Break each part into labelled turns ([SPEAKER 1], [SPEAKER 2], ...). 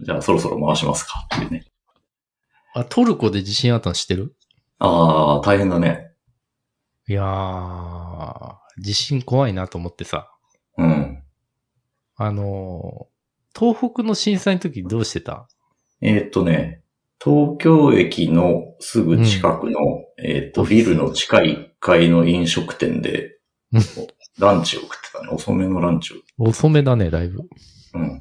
[SPEAKER 1] じゃあそろそろ回しますかっていうね。
[SPEAKER 2] あ、トルコで地震あったの知ってる
[SPEAKER 1] ああ、大変だね。
[SPEAKER 2] いやー、地震怖いなと思ってさ。
[SPEAKER 1] うん。
[SPEAKER 2] あのー、東北の震災の時どうしてた
[SPEAKER 1] えーっとね、東京駅のすぐ近くの、えーっと、ビルの地下1階の飲食店で
[SPEAKER 2] うん、
[SPEAKER 1] ランチを食ってたね。遅めのランチを。
[SPEAKER 2] 遅めだね、だいぶ。
[SPEAKER 1] うん。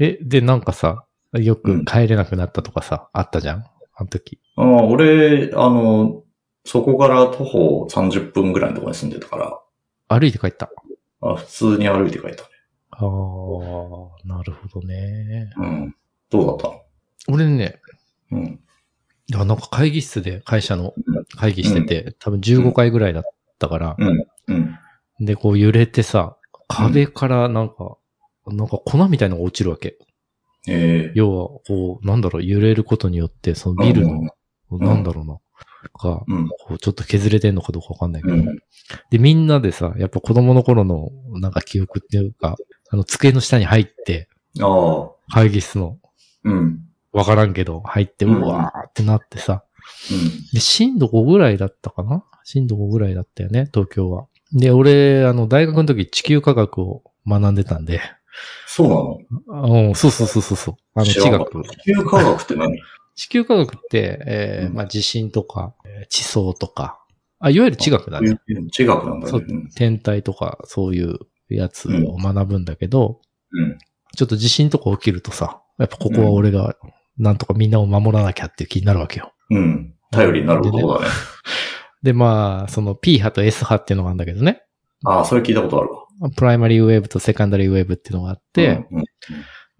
[SPEAKER 2] え、で、なんかさ、よ
[SPEAKER 1] うん
[SPEAKER 2] く帰れなくなったとかさ、あったじゃんあの時。
[SPEAKER 1] ああ、俺、あの、そこから徒歩30分ぐらいのところに住んでたから、
[SPEAKER 2] 歩いて帰った。
[SPEAKER 1] あ普通に歩いて帰ったね。
[SPEAKER 2] あー、なるほどね。
[SPEAKER 1] うん。どうだっ
[SPEAKER 2] 俺ね、
[SPEAKER 1] たのうん。
[SPEAKER 2] いやなんか会議室で、会社の
[SPEAKER 1] うん
[SPEAKER 2] 会議してて、多分15回ぐらいだったから、
[SPEAKER 1] うん。
[SPEAKER 2] で、こう揺れてさ、壁からなんか、なんか粉みたいなのが落ちるわけ。
[SPEAKER 1] ええ
[SPEAKER 2] 要は、こう、なんだろう、揺れることによって、そのビルの、
[SPEAKER 1] ん
[SPEAKER 2] なんだろうな、が、
[SPEAKER 1] うん。
[SPEAKER 2] こう、ちょっと削れてんのかどうかわかんないけ
[SPEAKER 1] う
[SPEAKER 2] ど、
[SPEAKER 1] ん。
[SPEAKER 2] で、みんなでさ、やっぱ子供の頃の、なんか記憶っていうか、あの、机の下に入って、
[SPEAKER 1] ああ。
[SPEAKER 2] 会議室の、
[SPEAKER 1] うん。うん。
[SPEAKER 2] わからんけど、入って、
[SPEAKER 1] うん
[SPEAKER 2] うわーってなってさ、で、震度5ぐらいだったかな震度5ぐらいだったよね、東京は。で、俺、あの、大学の時、地球科学を学んでたんで、
[SPEAKER 1] そうなの
[SPEAKER 2] あうん、そうそうそうそうそう。あの、
[SPEAKER 1] 知
[SPEAKER 2] 地
[SPEAKER 1] らなかった
[SPEAKER 2] 学。
[SPEAKER 1] 地球科学って何
[SPEAKER 2] 地球科学って、えー
[SPEAKER 1] うん
[SPEAKER 2] まあ、地震とか、えー地層とか、あ、いわゆる地学だね。
[SPEAKER 1] 地学なんだ
[SPEAKER 2] そ
[SPEAKER 1] ね
[SPEAKER 2] う。天体とか、そういうやつを学ぶんだけど、
[SPEAKER 1] うん。
[SPEAKER 2] ちょっと地震とか起きるとさ、やっぱここは俺が、なんとかみんなを守らなきゃっていう気になるわけよ。
[SPEAKER 1] うん。頼りになる男だね。
[SPEAKER 2] で、まあ、その P 波と S 波っていうのがあるんだけどね。
[SPEAKER 1] ああ、それ聞いたことあるわ。
[SPEAKER 2] プライマリーウェーブとセカンダリーウェーブっていうのがあって、
[SPEAKER 1] うん、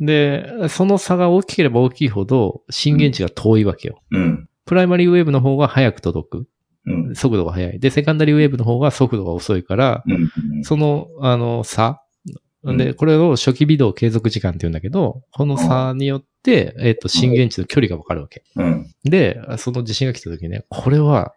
[SPEAKER 2] で、その差が大きければ大きいほど、震源地が遠いわけよ。
[SPEAKER 1] うん。
[SPEAKER 2] プライマリーウェーブの方が早く届く。
[SPEAKER 1] うん。
[SPEAKER 2] 速度が速い。で、セカンダリーウェーブの方が速度が遅いから、
[SPEAKER 1] うん。
[SPEAKER 2] その、あの、差。
[SPEAKER 1] うん
[SPEAKER 2] で、これを初期微動継続時間って言うんだけど、この差によって、えっ、と、震源地の距離がわかるわけ。
[SPEAKER 1] うん。
[SPEAKER 2] で、その地震が来た時ね、これは、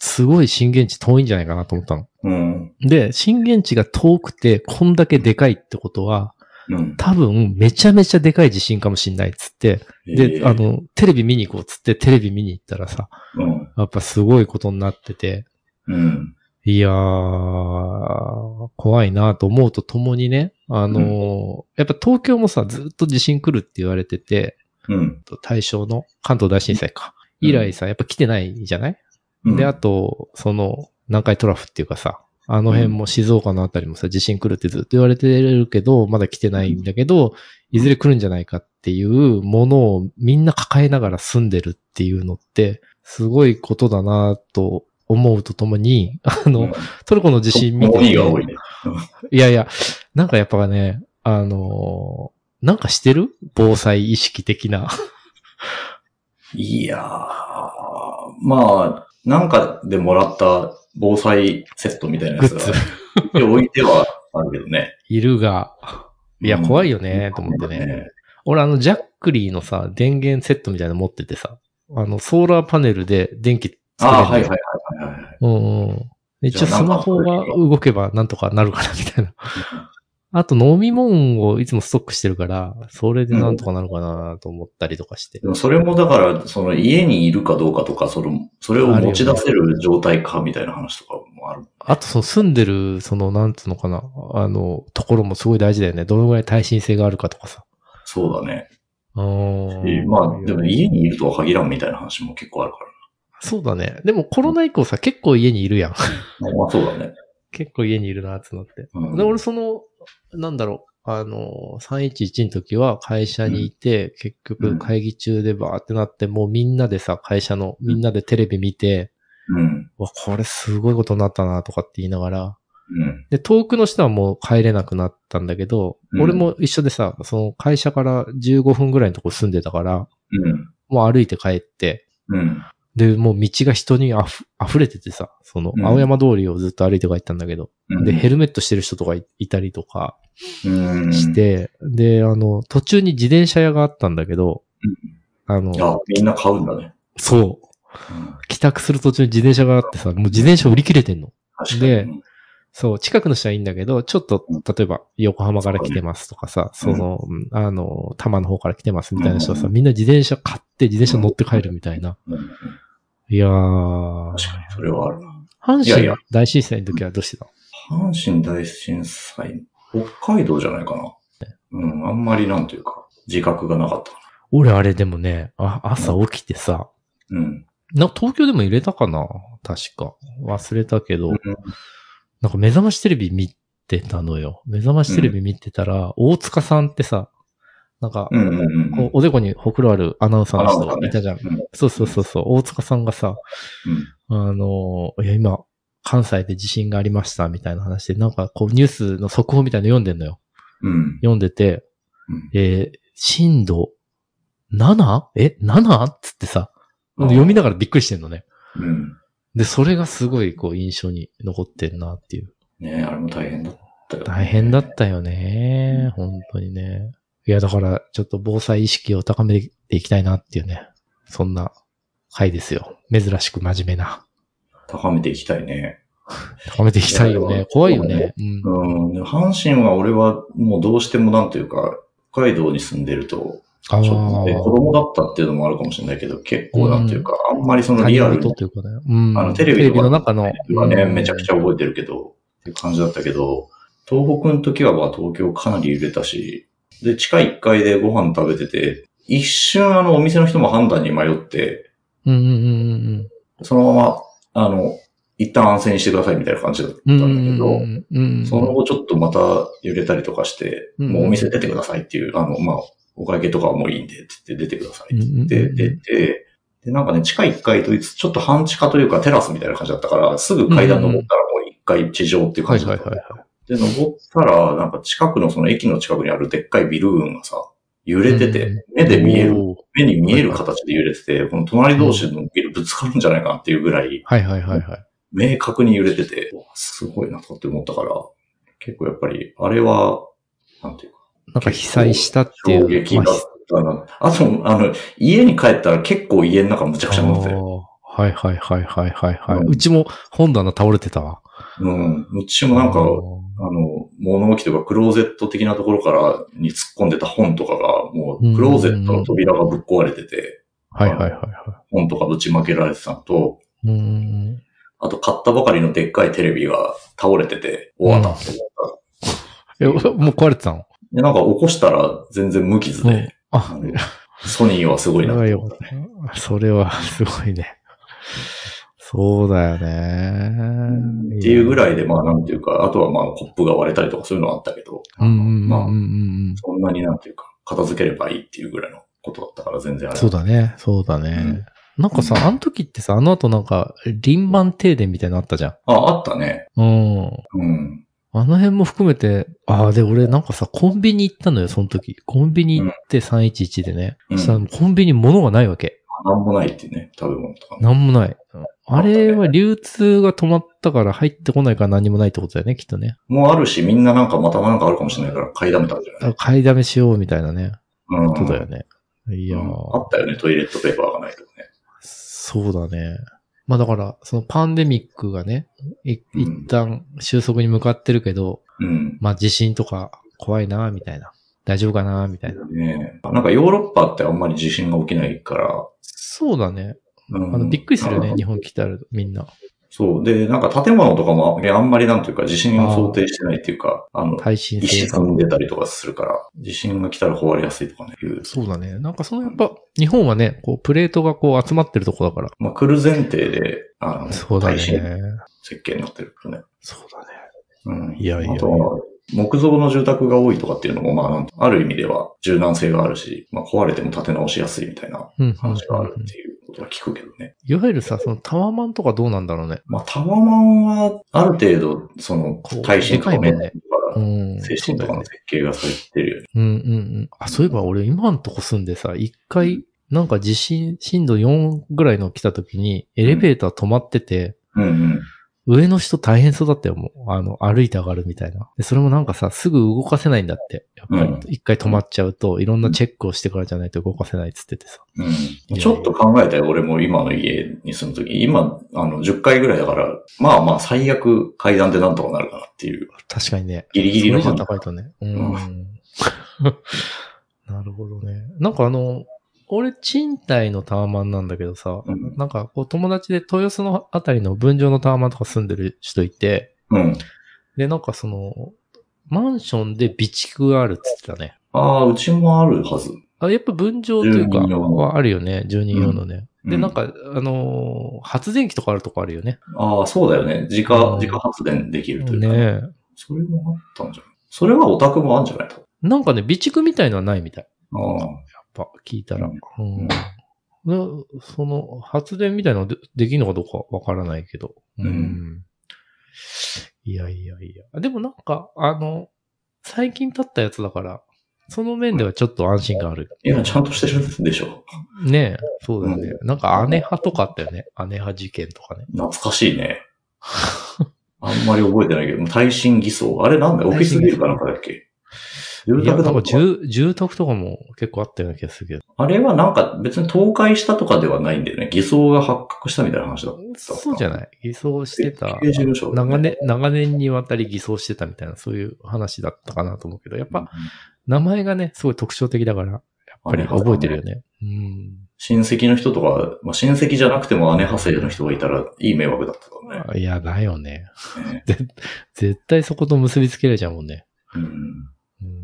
[SPEAKER 2] すごい震源地遠いんじゃないかなと思ったの。
[SPEAKER 1] うん。
[SPEAKER 2] で、震源地が遠くて、こんだけでかいってことは、
[SPEAKER 1] うん。
[SPEAKER 2] 多分、めちゃめちゃでかい地震かもしんないっつって、で、あ、の、テレビ見に行こうっつって、テレビ見に行ったらさ、
[SPEAKER 1] うん。
[SPEAKER 2] やっぱすごいことになってて、
[SPEAKER 1] うん。
[SPEAKER 2] いやー、怖いなと思うとともにね、あのーやっぱ東京もさ、ずっと地震来るって言われてて、
[SPEAKER 1] うん。
[SPEAKER 2] 対象の関東大震災か。以来さ、やっぱ来てないじゃない、で、あと、その、南海トラフっていうかさ、あの辺も静岡のあたりもさ、地震来るってずっと言われてるけど、まだ来てないんだけど、いずれ来るんじゃないかっていうものをみんな抱えながら住んでるっていうのって、すごいことだなと思うとともに、あの、トルコの地震見て
[SPEAKER 1] 多いが多いね。
[SPEAKER 2] いやいや、なんかやっぱね、あのーなんかしてる防災意識的な。
[SPEAKER 1] いやー、まあ、なんかでもらった防災セットみたいなやつ
[SPEAKER 2] グッズ
[SPEAKER 1] が、で置いてはあるけどね。
[SPEAKER 2] いるが。いや、怖いよね、と思ってね。俺あの、ジャックリーのさ、電源セットみたいなの持っててさ、あの、ソーラーパネルで電気作
[SPEAKER 1] あ
[SPEAKER 2] れる
[SPEAKER 1] あ、
[SPEAKER 2] んだ
[SPEAKER 1] はい
[SPEAKER 2] よ。
[SPEAKER 1] はいはいはいはい。
[SPEAKER 2] うんうん。一応スマホが動けばなんとかなるかな、みたいな。あと飲み物をいつもストックしてるから、それでなんとかなるかなと思ったりとかして。
[SPEAKER 1] でもそれもだから、その家にいるかどうかとか、その、それを持ち出せる状態かみたいな話とかもある。
[SPEAKER 2] あと、その住んでる、その、なんつうのかな、あの、ところもすごい大事だよね。どのぐらい耐震性があるかとかさ。
[SPEAKER 1] そうだね。
[SPEAKER 2] うーん
[SPEAKER 1] まあ、でも家にいるとは限らんみたいな話も結構あるか
[SPEAKER 2] そうだね。でもコロナ以降さ、結構家にいるやん。
[SPEAKER 1] ら。まあそうだね。
[SPEAKER 2] 結構家にいるな、ってなって。
[SPEAKER 1] うん
[SPEAKER 2] で、俺その、なんだろう、あの、311の時は会社にいて、結局会議中でバーってなって、もうみんなでさ、会社の、みんなでテレビ見て、
[SPEAKER 1] うん。
[SPEAKER 2] わ、これすごいことになったな、とかって言いながら、
[SPEAKER 1] うん。
[SPEAKER 2] で、遠くの人はもう帰れなくなったんだけど、
[SPEAKER 1] うん
[SPEAKER 2] 俺も一緒でさ、その会社から15分ぐらいのとこ住んでたから、
[SPEAKER 1] うん。
[SPEAKER 2] もう歩いて帰って、
[SPEAKER 1] うん。
[SPEAKER 2] で、もう道が人にあふ溢れててさ、その
[SPEAKER 1] う、ん
[SPEAKER 2] 青山通りをずっと歩いて帰ったんだけど、
[SPEAKER 1] うん
[SPEAKER 2] で、ヘルメットしてる人とかいいたりとか
[SPEAKER 1] うん。
[SPEAKER 2] して、で、あの、途中に自転車屋があったんだけど、あの、
[SPEAKER 1] あ、みんな買うんだね。
[SPEAKER 2] そう、帰宅する途中に自転車があってさ、もう自転車売り切れてんの。
[SPEAKER 1] 確かに。
[SPEAKER 2] で
[SPEAKER 1] うん
[SPEAKER 2] そう、近くの人はいいんだけど、ちょっと、例えば、横浜から来てますとかさ、
[SPEAKER 1] そうね
[SPEAKER 2] その、うんあの、多摩の方から来てますみたいな人はさ、
[SPEAKER 1] う
[SPEAKER 2] みんな自転車買って、自転車乗って帰るみたいな。
[SPEAKER 1] うんうん
[SPEAKER 2] いやー、
[SPEAKER 1] 確かに、それはあるな。い
[SPEAKER 2] 阪
[SPEAKER 1] やい
[SPEAKER 2] 神
[SPEAKER 1] や
[SPEAKER 2] 大震災の時はどうしてたの
[SPEAKER 1] 阪神大震災、北海道じゃないかな。うん、あんまりなんというか、自覚がなかったか
[SPEAKER 2] 俺、あれでもね、あ朝起きてさ、
[SPEAKER 1] な。うん。
[SPEAKER 2] な、東京でも入れたかな確か。忘れたけど、
[SPEAKER 1] うん
[SPEAKER 2] なんか目覚ましテレビ見てたのよ。目覚ましテレビ見てたら、大塚さんってさ、なんか、
[SPEAKER 1] うんうんうん
[SPEAKER 2] こうおでこにほくろあるアナウンサーの
[SPEAKER 1] アナウンサー
[SPEAKER 2] 人
[SPEAKER 1] ね
[SPEAKER 2] いたじゃん。
[SPEAKER 1] うん
[SPEAKER 2] そうそうそうそう、大塚さんがさ、あの、いや今、関西で地震がありましたみたいな話で、なんかこうニュースの速報みたいなの読んでんのよ。
[SPEAKER 1] うん。うん。
[SPEAKER 2] 読んでて、
[SPEAKER 1] うん
[SPEAKER 2] えー震度 7? え 7? っつってさ、読みながらびっくりしてんのね。
[SPEAKER 1] うん。
[SPEAKER 2] で、それがすごいこう印象に残ってんなっていう。
[SPEAKER 1] ねえあれも大変だったよ、ね。
[SPEAKER 2] 大変だったよね。本当にね。いや、だからちょっと防災意識を高めていきたいなっていうね。そんな回ですよ。珍しく真面目な。
[SPEAKER 1] 高めていきたいね。
[SPEAKER 2] 高めていきたいよ
[SPEAKER 1] いや
[SPEAKER 2] ね
[SPEAKER 1] いや。
[SPEAKER 2] 怖いよね
[SPEAKER 1] そ。
[SPEAKER 2] うん。
[SPEAKER 1] うん。で阪神は俺はもうどうしてもなんというか、北海道に住んでると、
[SPEAKER 2] ああ
[SPEAKER 1] ちょっとね、子
[SPEAKER 2] ー。
[SPEAKER 1] 供だったっていうのもあるかもしれないけど、結構なんていうか、あんまりその
[SPEAKER 2] 他
[SPEAKER 1] リア
[SPEAKER 2] 人
[SPEAKER 1] ル
[SPEAKER 2] 事
[SPEAKER 1] に
[SPEAKER 2] というかね。うん。
[SPEAKER 1] あのテレビとか
[SPEAKER 2] の中の。
[SPEAKER 1] はね、めちゃくちゃ
[SPEAKER 2] 多い。
[SPEAKER 1] 覚えてるけど、っていう感じだったけど、東北の時はまあ東京かなり揺れたし、で、地下1階でご飯食べてて、一瞬あのお店の人も判断に迷って、
[SPEAKER 2] うんうんうん
[SPEAKER 1] そのまま、あの、一旦安静にしてくださいみたいな感じだったん
[SPEAKER 2] う
[SPEAKER 1] だ
[SPEAKER 2] ん。
[SPEAKER 1] けど、
[SPEAKER 2] うんうんうんうん。
[SPEAKER 1] その後ちょっとまた揺れたりとかして、
[SPEAKER 2] うん
[SPEAKER 1] もうお店出てくださいっていう、あの、まあ、お会計とかはもういいんで、って言って出てくださいって言って、
[SPEAKER 2] うんうんうん
[SPEAKER 1] 出て、で、なんかね、地下1階といつ、ちょっと半地下というかテラスみたいな感じだったから、すぐ階段登ったらもう1階地上っていう感
[SPEAKER 2] はい
[SPEAKER 1] じだ
[SPEAKER 2] はい
[SPEAKER 1] った
[SPEAKER 2] はい。はい。
[SPEAKER 1] で、登ったら、なんか近くのその駅の近くにあるでっかいビル群がさ、揺れて
[SPEAKER 2] う
[SPEAKER 1] て、目で見える、
[SPEAKER 2] おー。
[SPEAKER 1] 目に見える形で揺れてて、この隣同士のビルぶつかるんじゃないかなっていうぐらい、
[SPEAKER 2] はいはいはいはい。
[SPEAKER 1] 明確に揺れてて、うわすごいなとかって思ったから、結構やっぱり、あれは、なんていうか、
[SPEAKER 2] なんか被災したっていう。
[SPEAKER 1] 衝撃だったな。あと、あの、家に帰ったら結構家の中むちゃくちゃになってて
[SPEAKER 2] あーはいはいはいはいはいはい。
[SPEAKER 1] うん
[SPEAKER 2] うちも本棚倒れてたわ。
[SPEAKER 1] うん。うちもなんか、
[SPEAKER 2] あ
[SPEAKER 1] あ
[SPEAKER 2] ー
[SPEAKER 1] の、物置とかクローゼット的なところからに突っ込んでた本とかが、も
[SPEAKER 2] うん
[SPEAKER 1] うクローゼットの扉がぶっ壊れてて、
[SPEAKER 2] はいはいはいは
[SPEAKER 1] 本とかぶちまけられてたのと、
[SPEAKER 2] い。うん。
[SPEAKER 1] あと買ったばかりのでっかいテレビが倒れてて、終わったって思った。
[SPEAKER 2] え、もう壊れてたの
[SPEAKER 1] で、なんか起こしたら全然無傷で、
[SPEAKER 2] うん。
[SPEAKER 1] あ
[SPEAKER 2] あ、
[SPEAKER 1] のソニーはすご
[SPEAKER 2] そ
[SPEAKER 1] い
[SPEAKER 2] れ
[SPEAKER 1] な。
[SPEAKER 2] は よかった。それはすごいね。そうだよね。
[SPEAKER 1] っていうぐらいで、まあなんていうか、あとはまあコップが割れたりとかそういうのはあったけど、
[SPEAKER 2] うんうんう
[SPEAKER 1] まあ
[SPEAKER 2] んうん
[SPEAKER 1] そんなになんていうか、片付ければいいっていうぐらいのことだったから全然あ
[SPEAKER 2] うん。
[SPEAKER 1] れ。
[SPEAKER 2] そうだね。そうだね。なんかさ、あの時ってさ、あの後なんか、輪番停電みたいなのあったじゃ
[SPEAKER 1] あ、あったね。
[SPEAKER 2] ん。うん。
[SPEAKER 1] うん。
[SPEAKER 2] あの辺も含めて、ああ、で、俺なんかさ、コンビニ行ったのよ、その時。コンビニ行って311でね。
[SPEAKER 1] うん
[SPEAKER 2] そしたらコンビニ物がないわけ。
[SPEAKER 1] なんもないっていうね、食べ物とかね。
[SPEAKER 2] なんもない。あれは流通が止まったから入ってこないから何もないってことだよね、きっとね。
[SPEAKER 1] もうあるし、みんななんかまたなんかあるかもしれないから買いだめたんじゃない
[SPEAKER 2] あ買いだめしようみたいなね。
[SPEAKER 1] うん。
[SPEAKER 2] ことだよね。いやー
[SPEAKER 1] うんあったよね、トイレットペーパーがないとかね。
[SPEAKER 2] そうだね。まあだから、そのパンデミックがね、い
[SPEAKER 1] うん
[SPEAKER 2] 一旦収束に向かってるけど、
[SPEAKER 1] うん。
[SPEAKER 2] まあ地震とか怖いな、みたいな。大丈夫かな、みたいな。
[SPEAKER 1] ねえなんかヨーロッパってあんまり地震が起きないから、
[SPEAKER 2] そうだね。
[SPEAKER 1] うん
[SPEAKER 2] あの、びっくりするよ
[SPEAKER 1] な
[SPEAKER 2] ね、
[SPEAKER 1] ん
[SPEAKER 2] 日
[SPEAKER 1] か
[SPEAKER 2] 本来たらみんな。
[SPEAKER 1] そう。で、なんか建物とかもああんまりなんていうか地震を想定してないっていうか、あの、
[SPEAKER 2] 耐震
[SPEAKER 1] 石
[SPEAKER 2] 性が
[SPEAKER 1] 積。んでたりとかするから、地震が来たら壊れやすいとかね。いう
[SPEAKER 2] そうだね。なんかそのやっぱ、日本はね、こう、プレートがこう集まってるとこだから。
[SPEAKER 1] まあ、来る前提で、あの、
[SPEAKER 2] そうだね。
[SPEAKER 1] 耐震
[SPEAKER 2] そ
[SPEAKER 1] 設計になってるからね。
[SPEAKER 2] うだね。
[SPEAKER 1] うん。
[SPEAKER 2] いやいやいや
[SPEAKER 1] あとは、木造の住宅が多いとかっていうのも、まあなんと、ある意味では柔軟性があるし、まあ、壊れても建て直しやすいみたいな
[SPEAKER 2] うんうんうん
[SPEAKER 1] 話があるっていうことは聞くけどね。
[SPEAKER 2] いわゆるさ、そのタワマンとかどうなんだろうね。
[SPEAKER 1] まあ、タワマンは、ある程度、その
[SPEAKER 2] こう、
[SPEAKER 1] 耐震とか
[SPEAKER 2] でかい
[SPEAKER 1] 面
[SPEAKER 2] もん
[SPEAKER 1] と
[SPEAKER 2] ねう
[SPEAKER 1] か、精
[SPEAKER 2] ん。
[SPEAKER 1] 神とかの設計がされてるよね。
[SPEAKER 2] うんうんうん。あ、そういえば俺今んとこ住んでさ、一回、なんか地震、震度4ぐらいの来た時に、エレベーター止まってて、
[SPEAKER 1] うんうん。
[SPEAKER 2] 上の人大変そうだったよ、もう。あの、歩いて上がるみたいな。で、それもなんかさ、すぐ動かせないんだって。やっぱ
[SPEAKER 1] うん
[SPEAKER 2] り、一回止まっちゃうと、いろんなチェックをしてからじゃないと動かせないっつっててさ。
[SPEAKER 1] うん。ちょっと考えたよ、俺も今の家に住むとき。今、あの、10階ぐらいだから、まあまあ、最悪階段でなんとかなるかなっていう。
[SPEAKER 2] 確かにね。
[SPEAKER 1] ギリギリの
[SPEAKER 2] そ
[SPEAKER 1] 判
[SPEAKER 2] れ以上
[SPEAKER 1] 断。
[SPEAKER 2] 高いとね。う。
[SPEAKER 1] うん
[SPEAKER 2] なるほどね。なんかあの、俺、賃貸のタワマンなんだけどさ、
[SPEAKER 1] うん。
[SPEAKER 2] なんかこう友達で豊洲のあたりの分譲のタワマンとか住んでる人いて、
[SPEAKER 1] うん。
[SPEAKER 2] で、なんかその、マンションで備蓄があるっつってたね。
[SPEAKER 1] ああ、うちもあるはず。
[SPEAKER 2] あやっぱ分譲というか、
[SPEAKER 1] 住人用の
[SPEAKER 2] はあるよね。住人用のね。
[SPEAKER 1] うん
[SPEAKER 2] で、
[SPEAKER 1] うん
[SPEAKER 2] なんか、あのー発電機とかあるとこあるよね。
[SPEAKER 1] ああ、そうだよね。自家
[SPEAKER 2] う、ん
[SPEAKER 1] 自家発電できるというか。
[SPEAKER 2] ね
[SPEAKER 1] それもあったんじゃないそれはオタクもあるんじゃないと。
[SPEAKER 2] なんかね、備蓄みたいのはないみたい。
[SPEAKER 1] あ
[SPEAKER 2] やっぱ聞いたら。
[SPEAKER 1] う
[SPEAKER 2] うんなその発電みたいなのでできるのかどうかわからないけど。
[SPEAKER 1] うん
[SPEAKER 2] いやいやいや。でもなんか、あの、最近建ったやつだから、その面ではちょっと安心感ある。
[SPEAKER 1] いや、ちゃんとしてるんでしょ。
[SPEAKER 2] ねえ、そうだよね。なんか姉派とかあったよね。姉派事件とかね。
[SPEAKER 1] 懐かしいね。あんまり覚えてないけど、耐震偽装。あれなんだよオフィスビルかなんかだっけ住
[SPEAKER 2] いや、
[SPEAKER 1] 宅
[SPEAKER 2] な
[SPEAKER 1] だと
[SPEAKER 2] んか
[SPEAKER 1] か
[SPEAKER 2] 住住宅とかも結構あったような気がするけど。
[SPEAKER 1] あれはなんか別に倒壊したとかではないんだよね。偽装が発覚したみたいな話だった。
[SPEAKER 2] そうじゃない偽装してた
[SPEAKER 1] 設。計事務所だね
[SPEAKER 2] 長年、長年にわたり偽装してたみたいな、そういう話だったかなと思うけど、やっ
[SPEAKER 1] うん
[SPEAKER 2] ぱ、名前がね、すごい特徴的だから、やっぱり覚えてるよね。うん。
[SPEAKER 1] 親戚の人とか、まあ、親戚じゃなくても姉派生の人がいたらいい迷惑だったからね。
[SPEAKER 2] いや、だよね。
[SPEAKER 1] ね
[SPEAKER 2] 絶対そこと結びつけられちゃうもんね。
[SPEAKER 1] うん
[SPEAKER 2] うん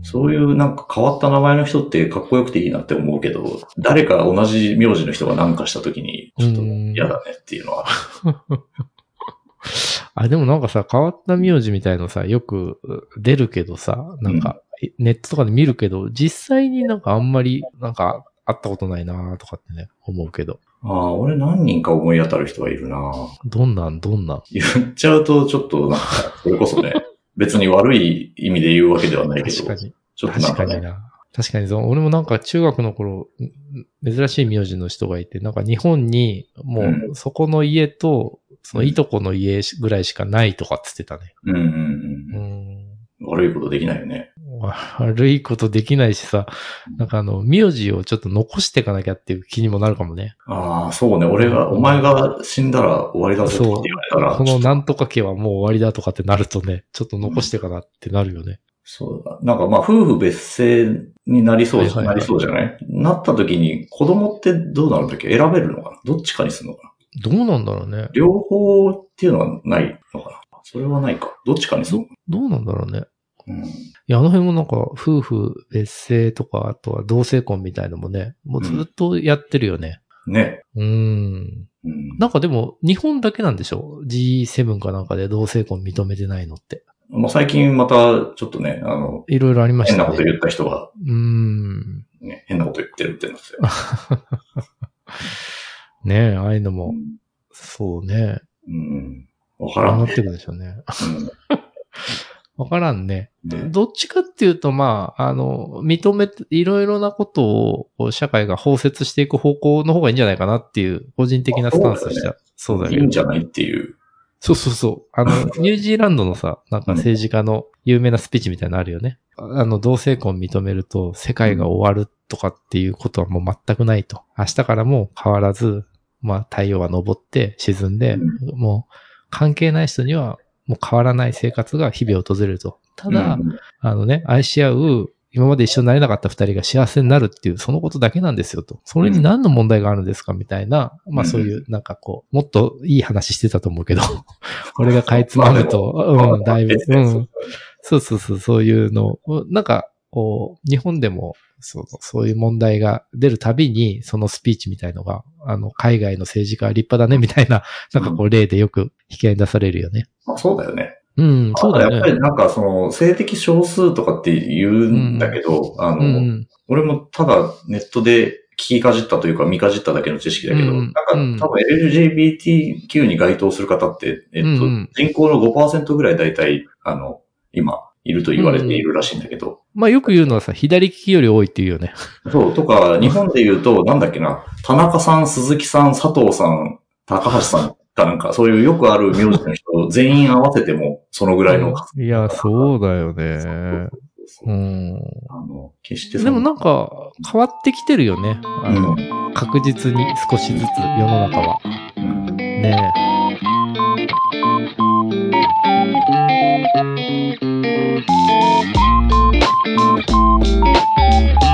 [SPEAKER 1] そういうなんか変わった名前の人ってかっこよくていいなって思うけど、誰か同じ名字の人がなんかした時に、ちょっと嫌だねっていうのは。
[SPEAKER 2] あ、でもなんかさ、変わった名字みたいのさ、よくう出るけどさ、なんか、ネットとかで見るけど、実際になんかあんまり、なんか、会ったことないなとかってね、思うけど。
[SPEAKER 1] ああ、俺何人か思い当たる人がいるな
[SPEAKER 2] どんなん、どんなん。
[SPEAKER 1] 言っちゃうとちょっとなんか、それこ そね、別に悪い意味で言うわけではないけど、
[SPEAKER 2] 確かに。
[SPEAKER 1] ちょっとなん
[SPEAKER 2] 確
[SPEAKER 1] か
[SPEAKER 2] か
[SPEAKER 1] ね、
[SPEAKER 2] にな。確かにそう、俺もなんか中学の頃、んん珍しい名字の人がいて、なんか日本にも
[SPEAKER 1] う
[SPEAKER 2] うそこの家と、その
[SPEAKER 1] うん
[SPEAKER 2] いとこの家しぐらいしかないとかっつってたね。
[SPEAKER 1] うんうん
[SPEAKER 2] う
[SPEAKER 1] うん
[SPEAKER 2] ん。
[SPEAKER 1] 悪いことできないよね。
[SPEAKER 2] 悪いことできないしさ、なんかあの、名字をちょっと残していかなきゃっていう気にもなるかもね。
[SPEAKER 1] ああ、そうね、俺が、お前が死んだら終わりだぞって言われた
[SPEAKER 2] こ
[SPEAKER 1] ら、
[SPEAKER 2] のなんとか家はもう終わりだとかってなるとね、ちょっと残していかなってなるよね。
[SPEAKER 1] そうだ。なんかまあ、夫婦別姓になりそうじゃ、
[SPEAKER 2] はいはいはい
[SPEAKER 1] なりそうじゃないなった時に、子供ってどうなるんだっけ選べるのかなどっちかにするのかな
[SPEAKER 2] どうなんだろうね。
[SPEAKER 1] 両方っていうのはないのかなそれはないか。どっちかにするのか
[SPEAKER 2] どうなんだろうね。
[SPEAKER 1] な、うん、
[SPEAKER 2] いや、あの辺もなんか、夫婦別姓とか、あとは同性婚みたいのもね、もうずっとやってるよね。
[SPEAKER 1] ね。
[SPEAKER 2] うーん。
[SPEAKER 1] うん、
[SPEAKER 2] なんかでも、日本だけなんでしょ ?G7 かなんかで同性婚認めてないのって。
[SPEAKER 1] まあ、最近また、ちょっとね、あの、
[SPEAKER 2] いろいろありまし
[SPEAKER 1] 変な
[SPEAKER 2] た
[SPEAKER 1] こと
[SPEAKER 2] ね。
[SPEAKER 1] 言った人が、
[SPEAKER 2] うーん。
[SPEAKER 1] ね、変なこと言ってるってなってたよ。
[SPEAKER 2] ねえ、ああいうの
[SPEAKER 1] う
[SPEAKER 2] も、
[SPEAKER 1] ん
[SPEAKER 2] そうね。
[SPEAKER 1] うん。わから
[SPEAKER 2] ああ
[SPEAKER 1] ん
[SPEAKER 2] な
[SPEAKER 1] ね。
[SPEAKER 2] ってくるでしょうね。
[SPEAKER 1] うん
[SPEAKER 2] わからんね。
[SPEAKER 1] ね
[SPEAKER 2] どっちかっていうと、まあ、あの、認めて、いろいろなことを、こう社会が包摂していく方向の方がいいんじゃないかなっていう、個人的なスタンスとしては。そうだ
[SPEAKER 1] い
[SPEAKER 2] ね。
[SPEAKER 1] いんじゃないっていう。
[SPEAKER 2] そうそうそう。あの、ニュージーランドのさ、なんか政治家の有名なスピーチみたいなのあるよね。あの、同性婚認めると世界が終わるとかっていうことはもう全くないと。明日からも変わらず、まあ太陽は昇って沈んで、もう関係ない人にはもう変わらない生活が日々訪れると。ただ、
[SPEAKER 1] うん
[SPEAKER 2] あのね、愛し合う、今まで一緒になれなかった二人が幸せになるっていう、そのことだけなんですよと。それに何の問題があるんですかみたいな、まあそういう、なんかこう、もっといい話してたと思 うけど、これがかいつまむと、うん、だいぶ、
[SPEAKER 1] 別
[SPEAKER 2] う
[SPEAKER 1] 々
[SPEAKER 2] ん。そうそうそう、そういうのを、なんか、こう、日本でも、そう、そういう問題が出るたびに、そのスピーチみたいのが、あの、海外の政治家は立派だね、みたいな、なんかこう、例でよく引き合いに出されるよね。
[SPEAKER 1] まあ、そうだよね。
[SPEAKER 2] うん、そうだよ
[SPEAKER 1] や
[SPEAKER 2] ね
[SPEAKER 1] っ。ぱりなんかその性的少数とかって言うんだけど、あの、
[SPEAKER 2] うんうん、
[SPEAKER 1] 俺もただネットで聞きかじったというか見かじっただけの知識だけど、
[SPEAKER 2] うん
[SPEAKER 1] なんか多分 LGBTQ に該当する方って、えっと、
[SPEAKER 2] うんうん
[SPEAKER 1] 人口の5%ぐらい大体、あの、今、いると言われているらしいんだけど、
[SPEAKER 2] まあよく言うのはさ、左利きより多いっていうよね。
[SPEAKER 1] そう、とか、日本で言うと、なんだっけな、田中さん、鈴木さん、佐藤さん、高橋さん、かなんか、そういうよくある名字の人全員合わせても、そのぐらいの。
[SPEAKER 3] いや、そうだよ
[SPEAKER 1] そう
[SPEAKER 3] ね。
[SPEAKER 1] そうそう
[SPEAKER 3] う。
[SPEAKER 1] そうんあの、決してそ
[SPEAKER 2] でもなんか変わってきてるよね。あの、
[SPEAKER 1] う
[SPEAKER 2] 確実に少しずつ世の中は。
[SPEAKER 1] うん
[SPEAKER 2] ねえ。
[SPEAKER 4] 「